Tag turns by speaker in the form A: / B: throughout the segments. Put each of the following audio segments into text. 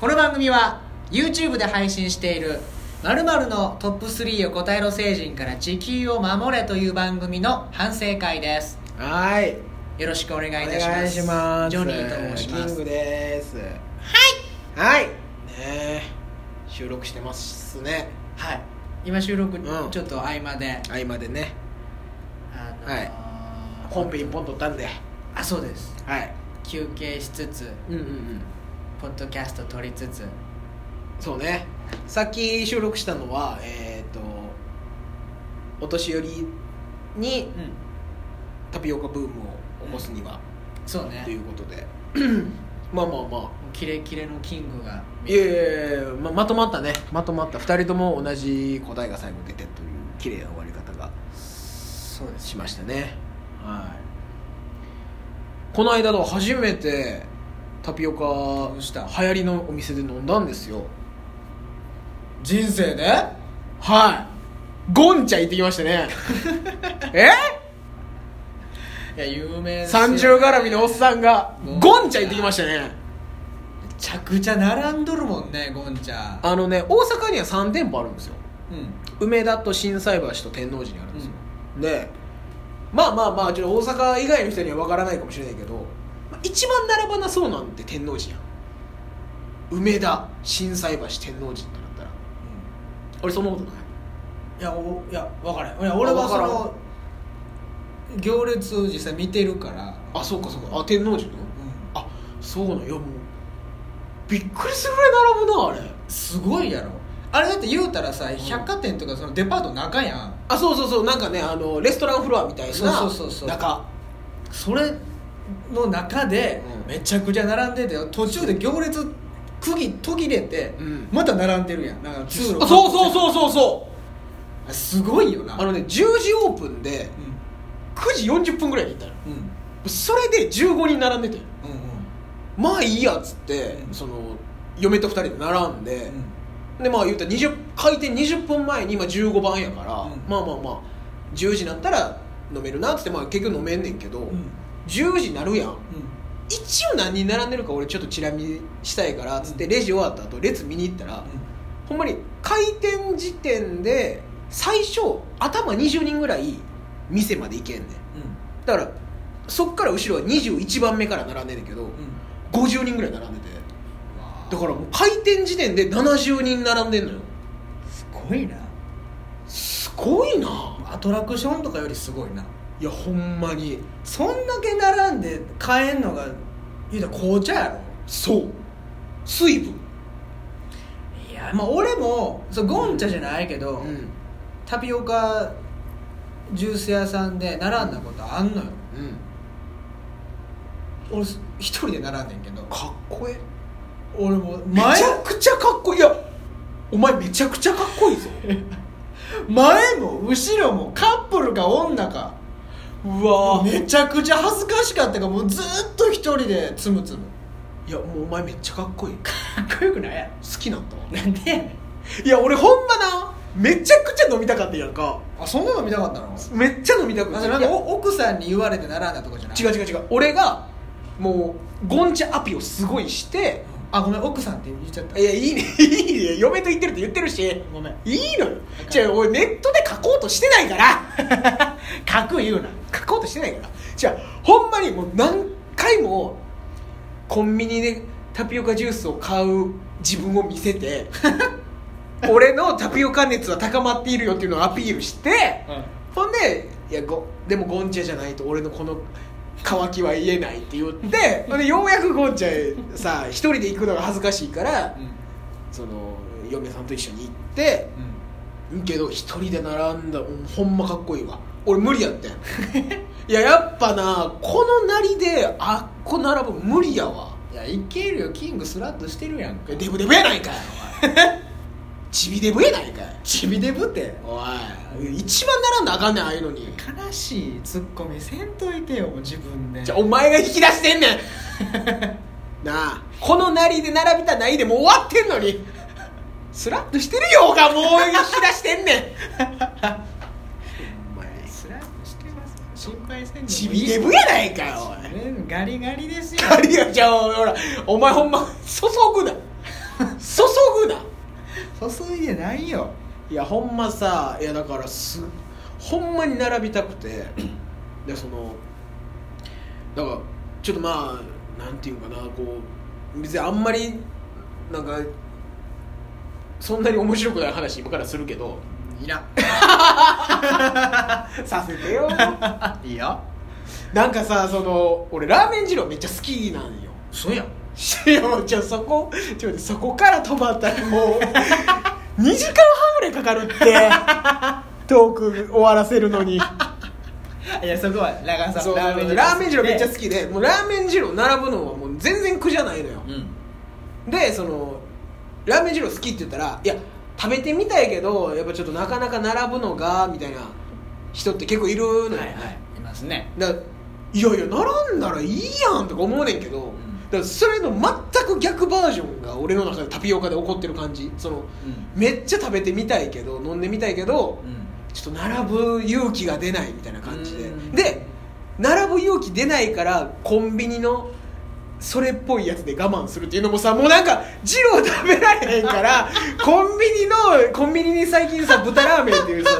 A: この番組は YouTube で配信している〇〇のトップ3を答えろ成人から地球を守れという番組の反省会です
B: はい
A: よろしくお願
B: お
A: いいたします
B: 願いします
A: ジョニーと申しま
B: キン
A: す
B: グですはいはいねえ収録してますね
A: はい今収録
B: うん
A: ちょっと合間で、
B: 合間でね
A: あの
B: はいコンペ一本取ったんで
A: あそうです
B: はい
A: 休憩しつつ
B: うんうんうん
A: ポッドキャスト撮りつつ
B: そうねさっき収録したのはえっ、とお年寄りに
A: うん
B: タピオカブームを起こすには、
A: そうね
B: ということで まあまあまあ
A: もうキレキレのキングが
B: いやいやいやままとまったねまとまった2人とも同じ答えが最後出てという綺麗な終わり方が
A: そうです
B: しましたねはいこの間の初めてタピオカ
A: どうした
B: 流行りのお店で飲んだんですよ
A: 人生で
B: はいゴンチャ行ってきました ねえ
A: いや有名ですよ
B: 三十絡みのおっさんが
A: ゴンチャ
B: ゴンチャ行ってきましたね
A: めちゃくちゃ並んどるもんねゴンちゃん
B: あのね大阪には3店舗あるんですよ
A: うん
B: 梅田と心斎橋と天王寺にあるんですよ、でまあまあまあちょっと大阪以外の人には分からないかもしれないけど、まあ一番並ばなそうなんて天王寺やん梅田心斎橋天王寺ってなったら俺そんなことない
A: いやおいや分からへんいや俺は
B: あ
A: そ
B: 分
A: の行列を実際見てるから
B: あそうかそうかあ天
A: う
B: 王寺の
A: ん
B: あそうなんいやもうびっくりするぐらい並ぶなあれ
A: すごいやろあれだって言うたらさ百貨店とかそのデパート中やん
B: あそうそうそうなんかねあのレストランフロアみたいな
A: そうそうそうそう
B: 中
A: それの中で
B: うん
A: めちゃくちゃ並んでて途中で行列区切途切れて
B: うん
A: また並んでるやんなんか通路
B: あそうそうそうそうそう
A: うすごいよな
B: あのね10時オープンで9時40分ぐらいに行ったの
A: うんうん
B: それで15人並んでて
A: うん
B: まあいいやっつって、
A: うん
B: その嫁と2人で並んで
A: う、ん
B: でまあ言ったら20開店20分前に今15番やから、
A: うん
B: まあまあまあ10時になったら飲めるなっつって、まあ、結局飲めんねんけど、
A: うんうん
B: 10時になるやん
A: うん
B: 一応何人並んでるか俺ちょっとチラ見したいからっつってレジ終わった後列見に行ったら、ほんまに開店時点で最初頭20人ぐらい店まで行けんね
A: う
B: んだからそっから後ろは21番目から並んでんねんけど、
A: んうん
B: 50人ぐらい並んでて
A: だ
B: だか
A: から
B: らもう開店時点で70人並んでんのよ
A: すごいな
B: すごいな
A: アトラクションとかよりすごいない
B: やほんまに
A: そんだけ並んで買えんのが言うたら紅茶やろ
B: そう水分
A: いやまあ俺もそうゴンチャじゃないけど、
B: うん
A: タピオカジュース屋さんで並んだことあんのよ
B: うん
A: 俺す一人で並んでんけど
B: かっこええ
A: 俺もう
B: め
A: 前
B: ちゃくちゃかっこいいいやお前めちゃくちゃかっこいいぞ
A: 前も後ろもカップルか女か
B: うわ
A: めちゃくちゃ恥ずかしかったからもうずっと一人でつむつむ
B: いやもうお前めっちゃかっこいい好
A: かっこよくないや
B: きなんだわ
A: なんでやねん
B: いや俺ほんまなめちゃくちゃ飲みたかったやんか
A: あそんなの見たかったの
B: めっちゃ飲みた
A: あ
B: くて
A: それなんかお奥さんに言われて並んだとこじゃない
B: 違う違う違う俺がもうゴンチャアピをすごいして
A: あごめん奥さんって言っちゃった
B: いやいいねいいね嫁と言ってるって言ってるし
A: ごめん
B: いいのよじゃあ俺ネットで書こうとしてないから
A: 書く言うな
B: 書こうとしてないからじゃあほんまにもう何回もコンビニでタピオカジュースを買う自分を見せて 俺のタピオカ熱は高まっているよっていうのをアピールして、ほんでいやごでもゴンチャじゃないと俺のこの渇きは言えないって言ってほんでようやくゴンチャへさ一人で行くのが恥ずかしいから
A: うん
B: その嫁さんと一緒に行って
A: うん
B: けど一人で並んだうんほんまかっこいいわ俺無理やってん いややっぱなこのなりであっこ並ぶ無理やわ
A: いやいけるよキングスラッとしてるやんか
B: デブデブやないかいお 前チビデブやないかい
A: ちびデブって
B: おい一番並んだらあかんねんああいうのに
A: 悲しいツッコミせんといてよもう自分で
B: じゃ あお前が引き出してんねんなあこのなりで並びたないでもう終わってんのにスラッとしてるよがもう 引き出してんねんほんまに
A: スラッとしてます心配せんのもいい
B: ちびデブやないかよおい
A: うんガリガリですよ
B: ガリガリじゃあほらお前ほんま注ぐな注ぐな
A: 注いでないよ
B: いやほんまさいやだからすほんまに並びたくてでそのだからちょっとまあなんていうかなこう別にあんまりなんかそんなに面白くない話今からするけど
A: いらん
B: させてよ
A: いいよ
B: なんかさその俺ラーメン二郎めっちゃ好きなんよ
A: そうやん
B: いやもうじゃあそこちょっと待ってそこから止まったらもう2時間半ぐらいかかる ってトーク終わらせるのに
A: いやそこはラガンさん
B: そうラーメン二郎めっちゃ好きでもうラーメン二郎並ぶのはもう全然苦じゃないのよ
A: うん
B: でそのラーメン二郎好きって言ったらいや食べてみたいけどやっぱちょっとなかなか並ぶのがみたいな人って結構いるのよ、
A: いますね
B: だからいやいや並んだらいいやんとか思うねんけど、だからそれの全く逆バージョンが俺の中でタピオカで起こってる感じその
A: う
B: めっちゃ食べてみたいけど飲んでみたいけど、
A: んうん
B: ちょっと並ぶ勇気が出ないみたいな感じで
A: うん
B: で並ぶ勇気出ないからコンビニのそれっぽいやつで我慢するっていうのもさもうなんか二郎食べられへんからコンビニのコンビニに最近さ豚ラーメンっていうさ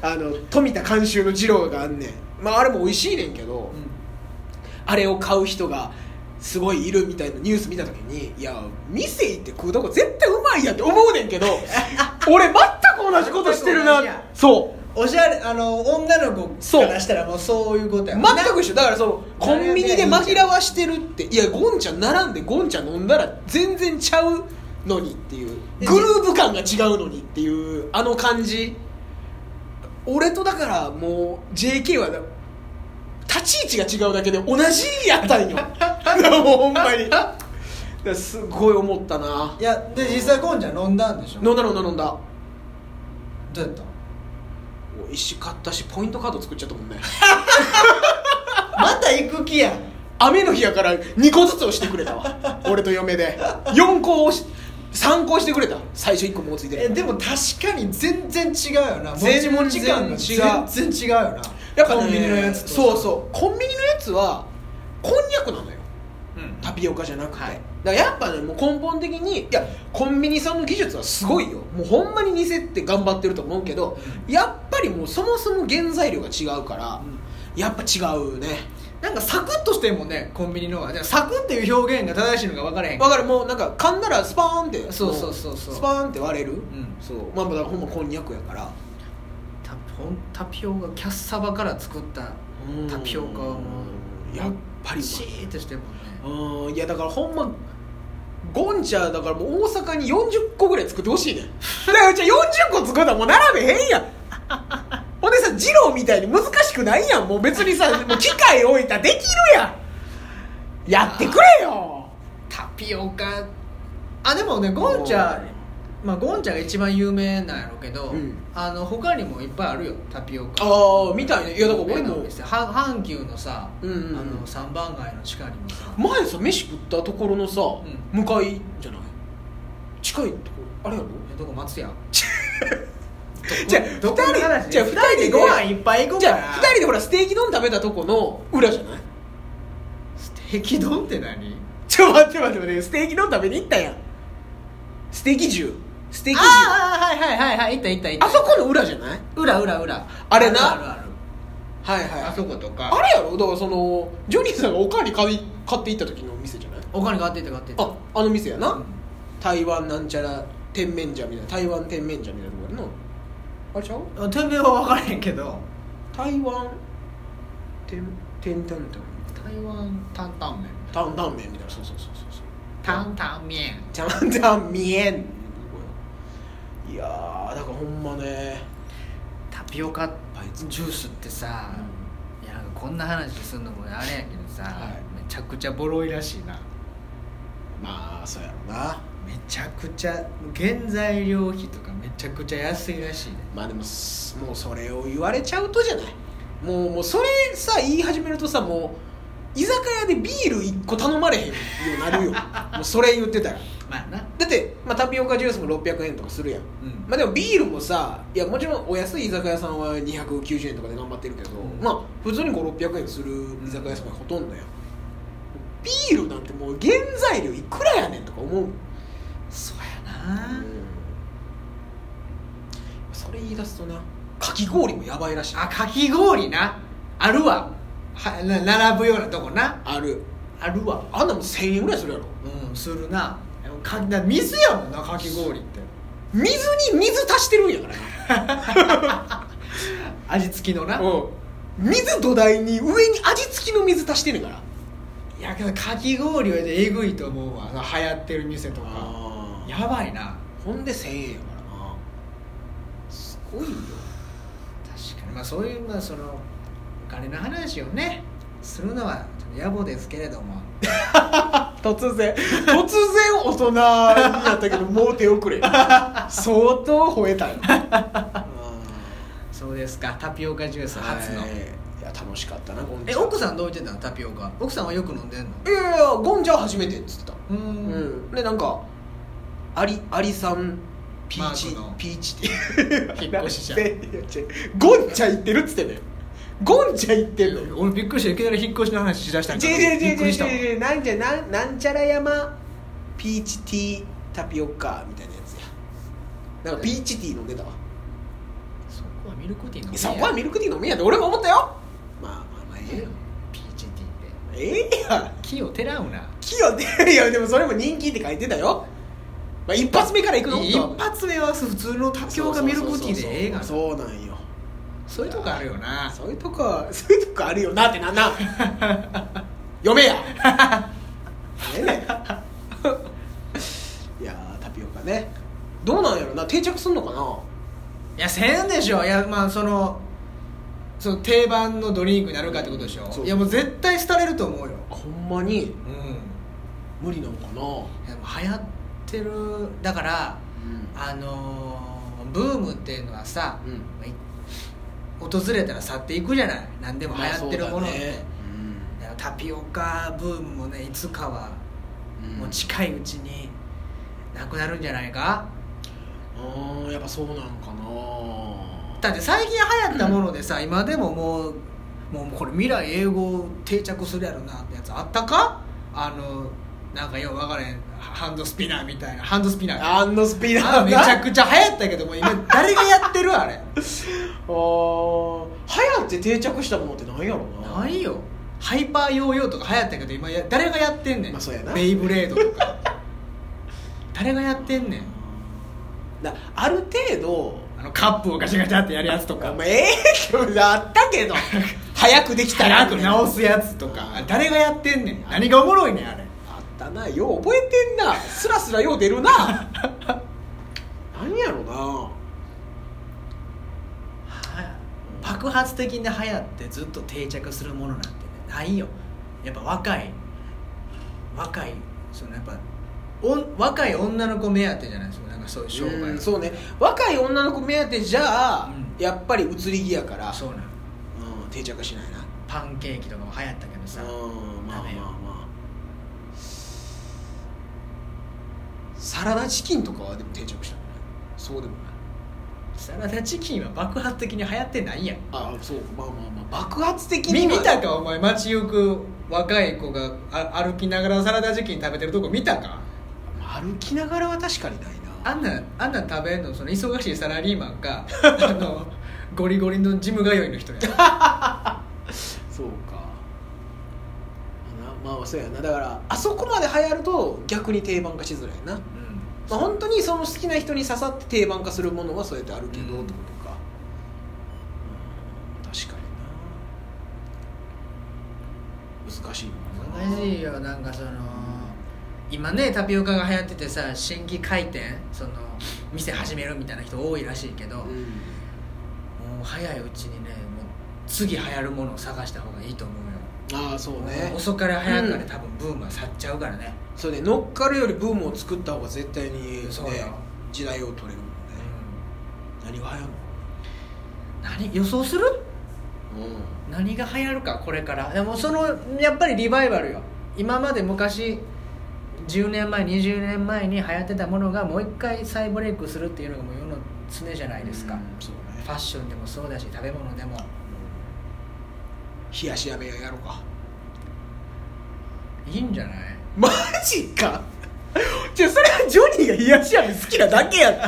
B: あの富田監修の二郎があんねんまああれも美味しいねんけど、あれを買う人がすごいいるみたいなニュース見た時にいや店行って食うとこ絶対うまいやんって思うねんけど俺全く同じことして
A: 全
B: る
A: く同
B: な
A: じや
B: そう
A: おしゃれあの女の子
B: そう
A: からしたらもうそういうことやもんな
B: 全く一緒だからそのコンビニで紛らわしてるっていやゴンちゃん並んでゴンちゃん飲んだら全然ちゃうのにっていう
A: え
B: グルーヴ感が違うのにっていうあの感じ俺とだからもう JK は立ち位置が違うだけで同じやったん よもうほんまにだからすごい思ったない
A: やで実際ゴンちゃん飲んだんでしょ
B: 飲んだ飲んだ飲んだ
A: どうやった
B: 美味しかったしポイントカード作っちゃったもんね
A: また行く気やん
B: 雨の日やから2個ずつ押してくれ たわ俺と嫁で4個押し3個押してくれた最初1個もうついてる
A: えでも確かに全然違うよなも
B: 全
A: ち
B: 然
A: もち感が
B: 違う
A: 全然違うよな
B: やっぱね
A: コンビニのやつと
B: そうそうコンビニのやつはこんにゃくなのよ
A: う、うん、
B: タピオカじゃなくて、
A: はい
B: だからやっぱねもう根本的にいやコンビニさんの技術はすごいよもうほんまに店って頑張ってると思うけどやっぱりもうそもそも原材料が違うから、やっぱ違うね
A: なんかサクッとしてんもんねコンビニの方がでもサクッっていう表現が正しいのが分からへん
B: わかるもうなんか噛んだらスパーンって
A: そうそうそうそう
B: もスパーンって割れる、
A: ん
B: そうまあまあだからほんまこんにゃくやから
A: タポンタピオカキャッサバから作ったタピオカはもう
B: やっぱりう
A: シーッとしてるもんね
B: まいうんいやだからほんまゴンチャだからもう大阪に40個ぐらい作ってほしいねんだからうちは40個作ったらもう並べへんやんほんでさ二郎みたいに難しくないやんもう別にさもう機械置いたらできるやんやってくれよ
A: タピオカあでもねゴンチャまあゴンチャが一番有名なんやろうけど、
B: うん
A: あの他にもいっぱいあるよタピオカ
B: ああみたいねいやだから俺も
A: 有名なお店は阪急のさ、
B: うんうんうん
A: あの三番街の地下にもさ
B: 前さ飯食ったところのさ、
A: う
B: 向かいじゃない近いとこあれやろ
A: えどこ松屋
B: じゃあ
A: どこ
B: 二人
A: の話
B: じゃあ二人でご飯
A: いっぱい行
B: じゃあ2人でほらステーキ丼食べたとこの裏じゃない
A: ステーキ丼って何
B: ちょ待って待って待ってステーキ丼食べに行ったやんステーキ重ステーキ重あ
A: ああはいはいはいはい行った行った行った
B: そこの裏じゃない
A: 裏裏裏
B: あれな
A: あるある
B: は
A: あ
B: い
A: るあ
B: はい
A: そことか
B: あれやろだからそのジョニーさんがおかわり買い買って行った時の店じゃない
A: お金があってって買ってって
B: ああの店やな、
A: うん
B: 台湾なんちゃら甜麺醤みたいな台湾甜麺醤みたいなとこやんなあれちゃう
A: あ店名は分からへんけど
B: 台湾天天タンタン
A: 台湾担々麺
B: タンタン麺みたいなそうそうそうそうそう
A: 担々麺
B: ちゃんちゃん見えんいやーだからほんまね
A: タピオカジュースってさ、いやなんかこんな話するのもあれやけどさ、
B: はい
A: めちゃくちゃボロいらしいな
B: まあそうやろな
A: めちゃくちゃ原材料費とかめちゃくちゃ安いらしいね
B: まあでもすもうそれを言われちゃうとじゃないもうもうそれさ言い始めるとさもう居酒屋でビール1個頼まれへんようになるよもうそれ言ってたら
A: まあな
B: だって、まあ、タピオカジュースも600円とかするやん、
A: ん
B: まあ、でもビールもさいやもちろんお安い居酒屋さんは290円とかで頑張ってるけど、
A: うん
B: まあ普通に5600円する居酒屋さんがほとんどやんビールなんてもう原材料いくらやねんとか思う、
A: そうやな
B: それ言い出すとなかき氷もやばいらしい
A: あかき氷なあるわはな並ぶようなとこな
B: ある
A: あるわ
B: あんなもん1000円ぐらいするやろ
A: うんするなかな水やもんなかき氷 って
B: 水に水足してるんやからな
A: 味付きのな、
B: うん水土台に上に味付きの水足してるから
A: いやけどかき氷はえぐいと思うわ流行ってる店とか
B: いや
A: やばいな
B: ほんで1000円やからなすごいよ
A: 確かにまあそういうまあそのお金の話をねするのはちょっと野暮ですけれども
B: 突然突然大人になったけどもう手遅れ 相当吠えたよ
A: そうですかタピオカジュース初の、
B: いや楽しかったなゴン
A: え
B: ちゃん
A: 奥さんどう言ってたのタピオカ奥さんはよく飲んでんの
B: いやいやゴンちゃん初めてっつってた
A: う
B: うんんでなんかアリアリさんピーチ
A: マークの
B: ピーチ って
A: 引っ越しじゃん
B: いや違うゴンちゃん行ってるっつってんだよゴンちゃん行ってんの
A: 俺びっくりしていきなり引っ越しの話しだしたんか
B: 違う
A: と
B: 違う
A: び
B: 違
A: っくりしたわ
B: う違う違うなんじゃなんなんちゃら山ピーチティータピオカみたいなやつやなんかピーチティー飲んでたわ
A: そこはミルクティー飲んで
B: そこはミルクティー飲みやで俺も思ったよまあまあまあええよ
A: ピーチティーって
B: ええや
A: 木をてらうな
B: 器用でいやでもそれも人気って書いてたよまあ一発目から行くの
A: 一発目は普通のタピオカミルクティーでええがなそう
B: そうなんよ
A: いうとこあるよな
B: そういうとこそういうとこあるよなってなんなん嫁 やええねんいやータピオカねどうなんやろな定着すんのかない
A: やせんでしょいやまあそのその定番のドリンクになるかってことでし
B: そ
A: ょ
B: う
A: いやもう絶対廃れると思うよ
B: ほんまに
A: うん
B: 無理なのか
A: い
B: な、
A: やもう流行ってるだからあのーブームっていうのはさ、
B: うん
A: まあい訪れたら去っていくじゃない何でも流行ってるものって、
B: まあそうだ
A: だからタピオカブームもねいつかは
B: うん
A: もう近いうちになくなるんじゃないか、
B: あーやっぱそうなんかな
A: だって最近流行ったものでさ、今でももうもうこれ未来英語定着するやろなってやつあったかあのなんかよう分からへんハンドスピナーみたいなハンドスピナー
B: アンドスピナー
A: あ
B: な
A: めちゃくちゃ流行ったけども今 誰がやってるあれ
B: あー流行って定着したものってないやろな
A: ないよハイパーヨーヨーとか流行ったけど今や誰がやってんねん、
B: まあそうやな
A: ベイブレードと か誰がやってんねん
B: だある程度
A: あのカップをガチャガチャってやるやつとか
B: まあええけどあったけど早くできたら
A: 早く直すやつとか誰がやってんねん何がおもろいねんあれ
B: あったなよう覚えてんなスラスラよう出 るな何やろな
A: 爆発的に流行ってずっと定着するものなんて、ね、ないよやっぱ若い若いそのやっぱおん若い女の子目当てじゃないですかなんかそういう商売
B: うんそうね若い女の子目当てじゃあ、
A: うん
B: やっぱり移り気やから、
A: そうなん
B: うん、定着しないな
A: パンケーキとかも流行ったけどさ
B: うんまあ
A: ダ
B: ま
A: メ
B: あ
A: よ
B: まあサラダチキンとかはでも定着したのねそうでもない
A: サラダチキンは爆発的に流行ってないやん
B: あそうまあまあまあ爆発的
A: み
B: には
A: 見たかお前街行く若い子があ歩きながらサラダチキン食べてるとこ見たか
B: 歩きながらは確かにないな
A: あんなんあんなん食べんのその忙しいサラリーマン かあのゴリゴリのジム通いの人や
B: そうかなまあそうやなだからあそこまで流行ると逆に定番化しづらいな、まあ、本当にその好きな人に刺さって定番化するものはそうやってあるけどって
A: うん
B: ことか、うん、確かにな難しいもんな
A: 難しいよなんかその今ねタピオカが流行っててさ新規開店その店始めるみたいな人多いらしいけど、も
B: うん
A: う早いうちにねもう次流行るものを探した方がいいと思う
B: ああそう
A: よ、
B: ね
A: 遅かれ早かれ、
B: うん
A: 多分ブームは去っちゃうからね、
B: そうね乗っかるよりブームを作った方が絶対に、ね
A: そうよ、
B: 時代を取れるもんね何が流行るの
A: 何予想する
B: う
A: 何が流行るかこれからでもそのやっぱりリバイバルよ今まで昔10年前20年前に流行ってたものがもう一回再ブレイクするっていうのがもう世の常じゃないですか、
B: うんそうね
A: ファッションでもそうだし食べ物でも
B: 冷やし飴やろうか
A: いいんじゃない
B: マジかじゃあそれはジョニーが冷やし飴好きなだ けやって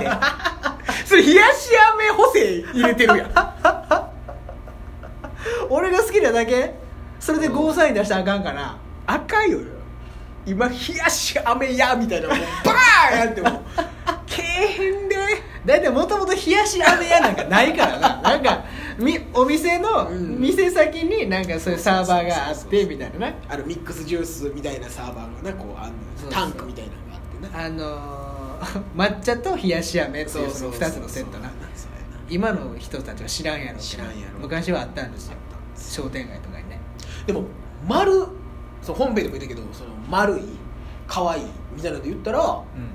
B: それ冷やし飴補正入れてるやん
A: 俺が好きなだけそれでゴーサイン出したらあかんかな、
B: 赤いよ今冷やし飴やみたいなもうバーンやってもうけえへんで
A: だいたいもともと冷やし飴屋なんかないからな なんかみお店の
B: うん
A: 店先になんかそういうサーバーがあっ
B: そうそうそう
A: て
B: そう
A: みたいなね
B: あのミックスジュースみたいなサーバーがなこうあんのよ
A: そうそう
B: タンクみたいなのがあってな
A: あのー 抹茶と冷やし飴っていうその2つのセットな
B: そうやな
A: 今の人たちは知らんやろうけど
B: 知らんやろ
A: 昔はあったんですよ
B: あったんです
A: 商店街とかにね
B: でも丸そう本編でも言ったけどその丸い可愛いみたいなので言ったら
A: うん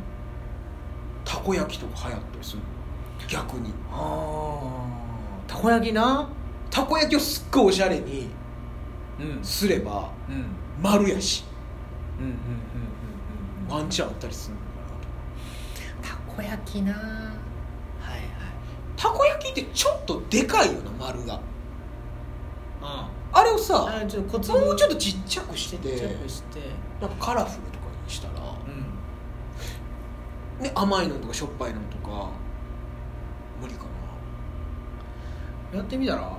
B: たこ焼きとか流行ったりする逆に
A: あたこ焼きな
B: たこ焼きをすっごいおしゃれに
A: うんうん
B: すれば
A: うんうん
B: 丸やし
A: うんうんうん
B: ワンチャンあったりするの
A: た
B: かな
A: こ焼きなはい
B: たこ焼きってちょっとでかいよな丸が
A: はい
B: あれ
A: う
B: を
A: ん
B: さ
A: あちょっとコツ
B: もうちょっ
A: と
B: とちっちゃくしてて
A: して
B: なんかカラフルとかにしたら、
A: うん
B: ね、甘いのとかしょっぱいのとか無理かな
A: やってみたら、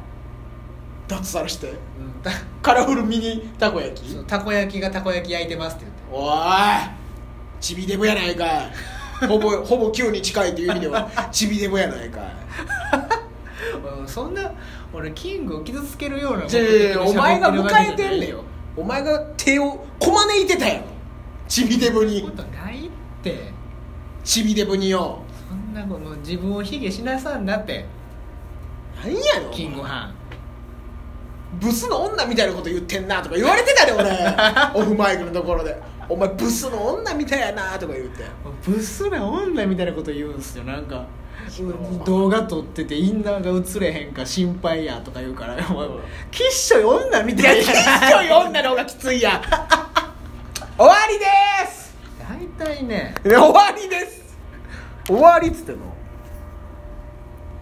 B: 脱サラして
A: うん、た
B: カラフルミニたこ焼き
A: そうたこ焼きがたこ焼き焼いてますって言って
B: おーいちびデブやないかいほぼほぼ9に近いという意味ではちびデブやないかい
A: うんそんな俺キングを傷つけるような
B: じゃあお前が迎えてんねよ
A: よ
B: お前が手をこまねいてたやろちびデブ
A: そん
B: に
A: なことないって
B: ちびデブによ
A: そんなこともう自分を卑下しなさんなって
B: なんやろお前
A: キングハン
B: ブスの女みたいなこと言ってんなとか言われてたで 俺オフマイクのところでお前ブスの女みたいやなとか言って
A: ブスな女みたいなこと言うんすよなんか動画撮っててインナーが映れへんか心配やとか言うからお前
B: うん
A: きっしょい女み
B: い
A: た
B: や
A: い
B: きっ
A: や
B: ちょい女の方がきついや終わりです
A: 大体ね
B: 終わりです終わりっつってんの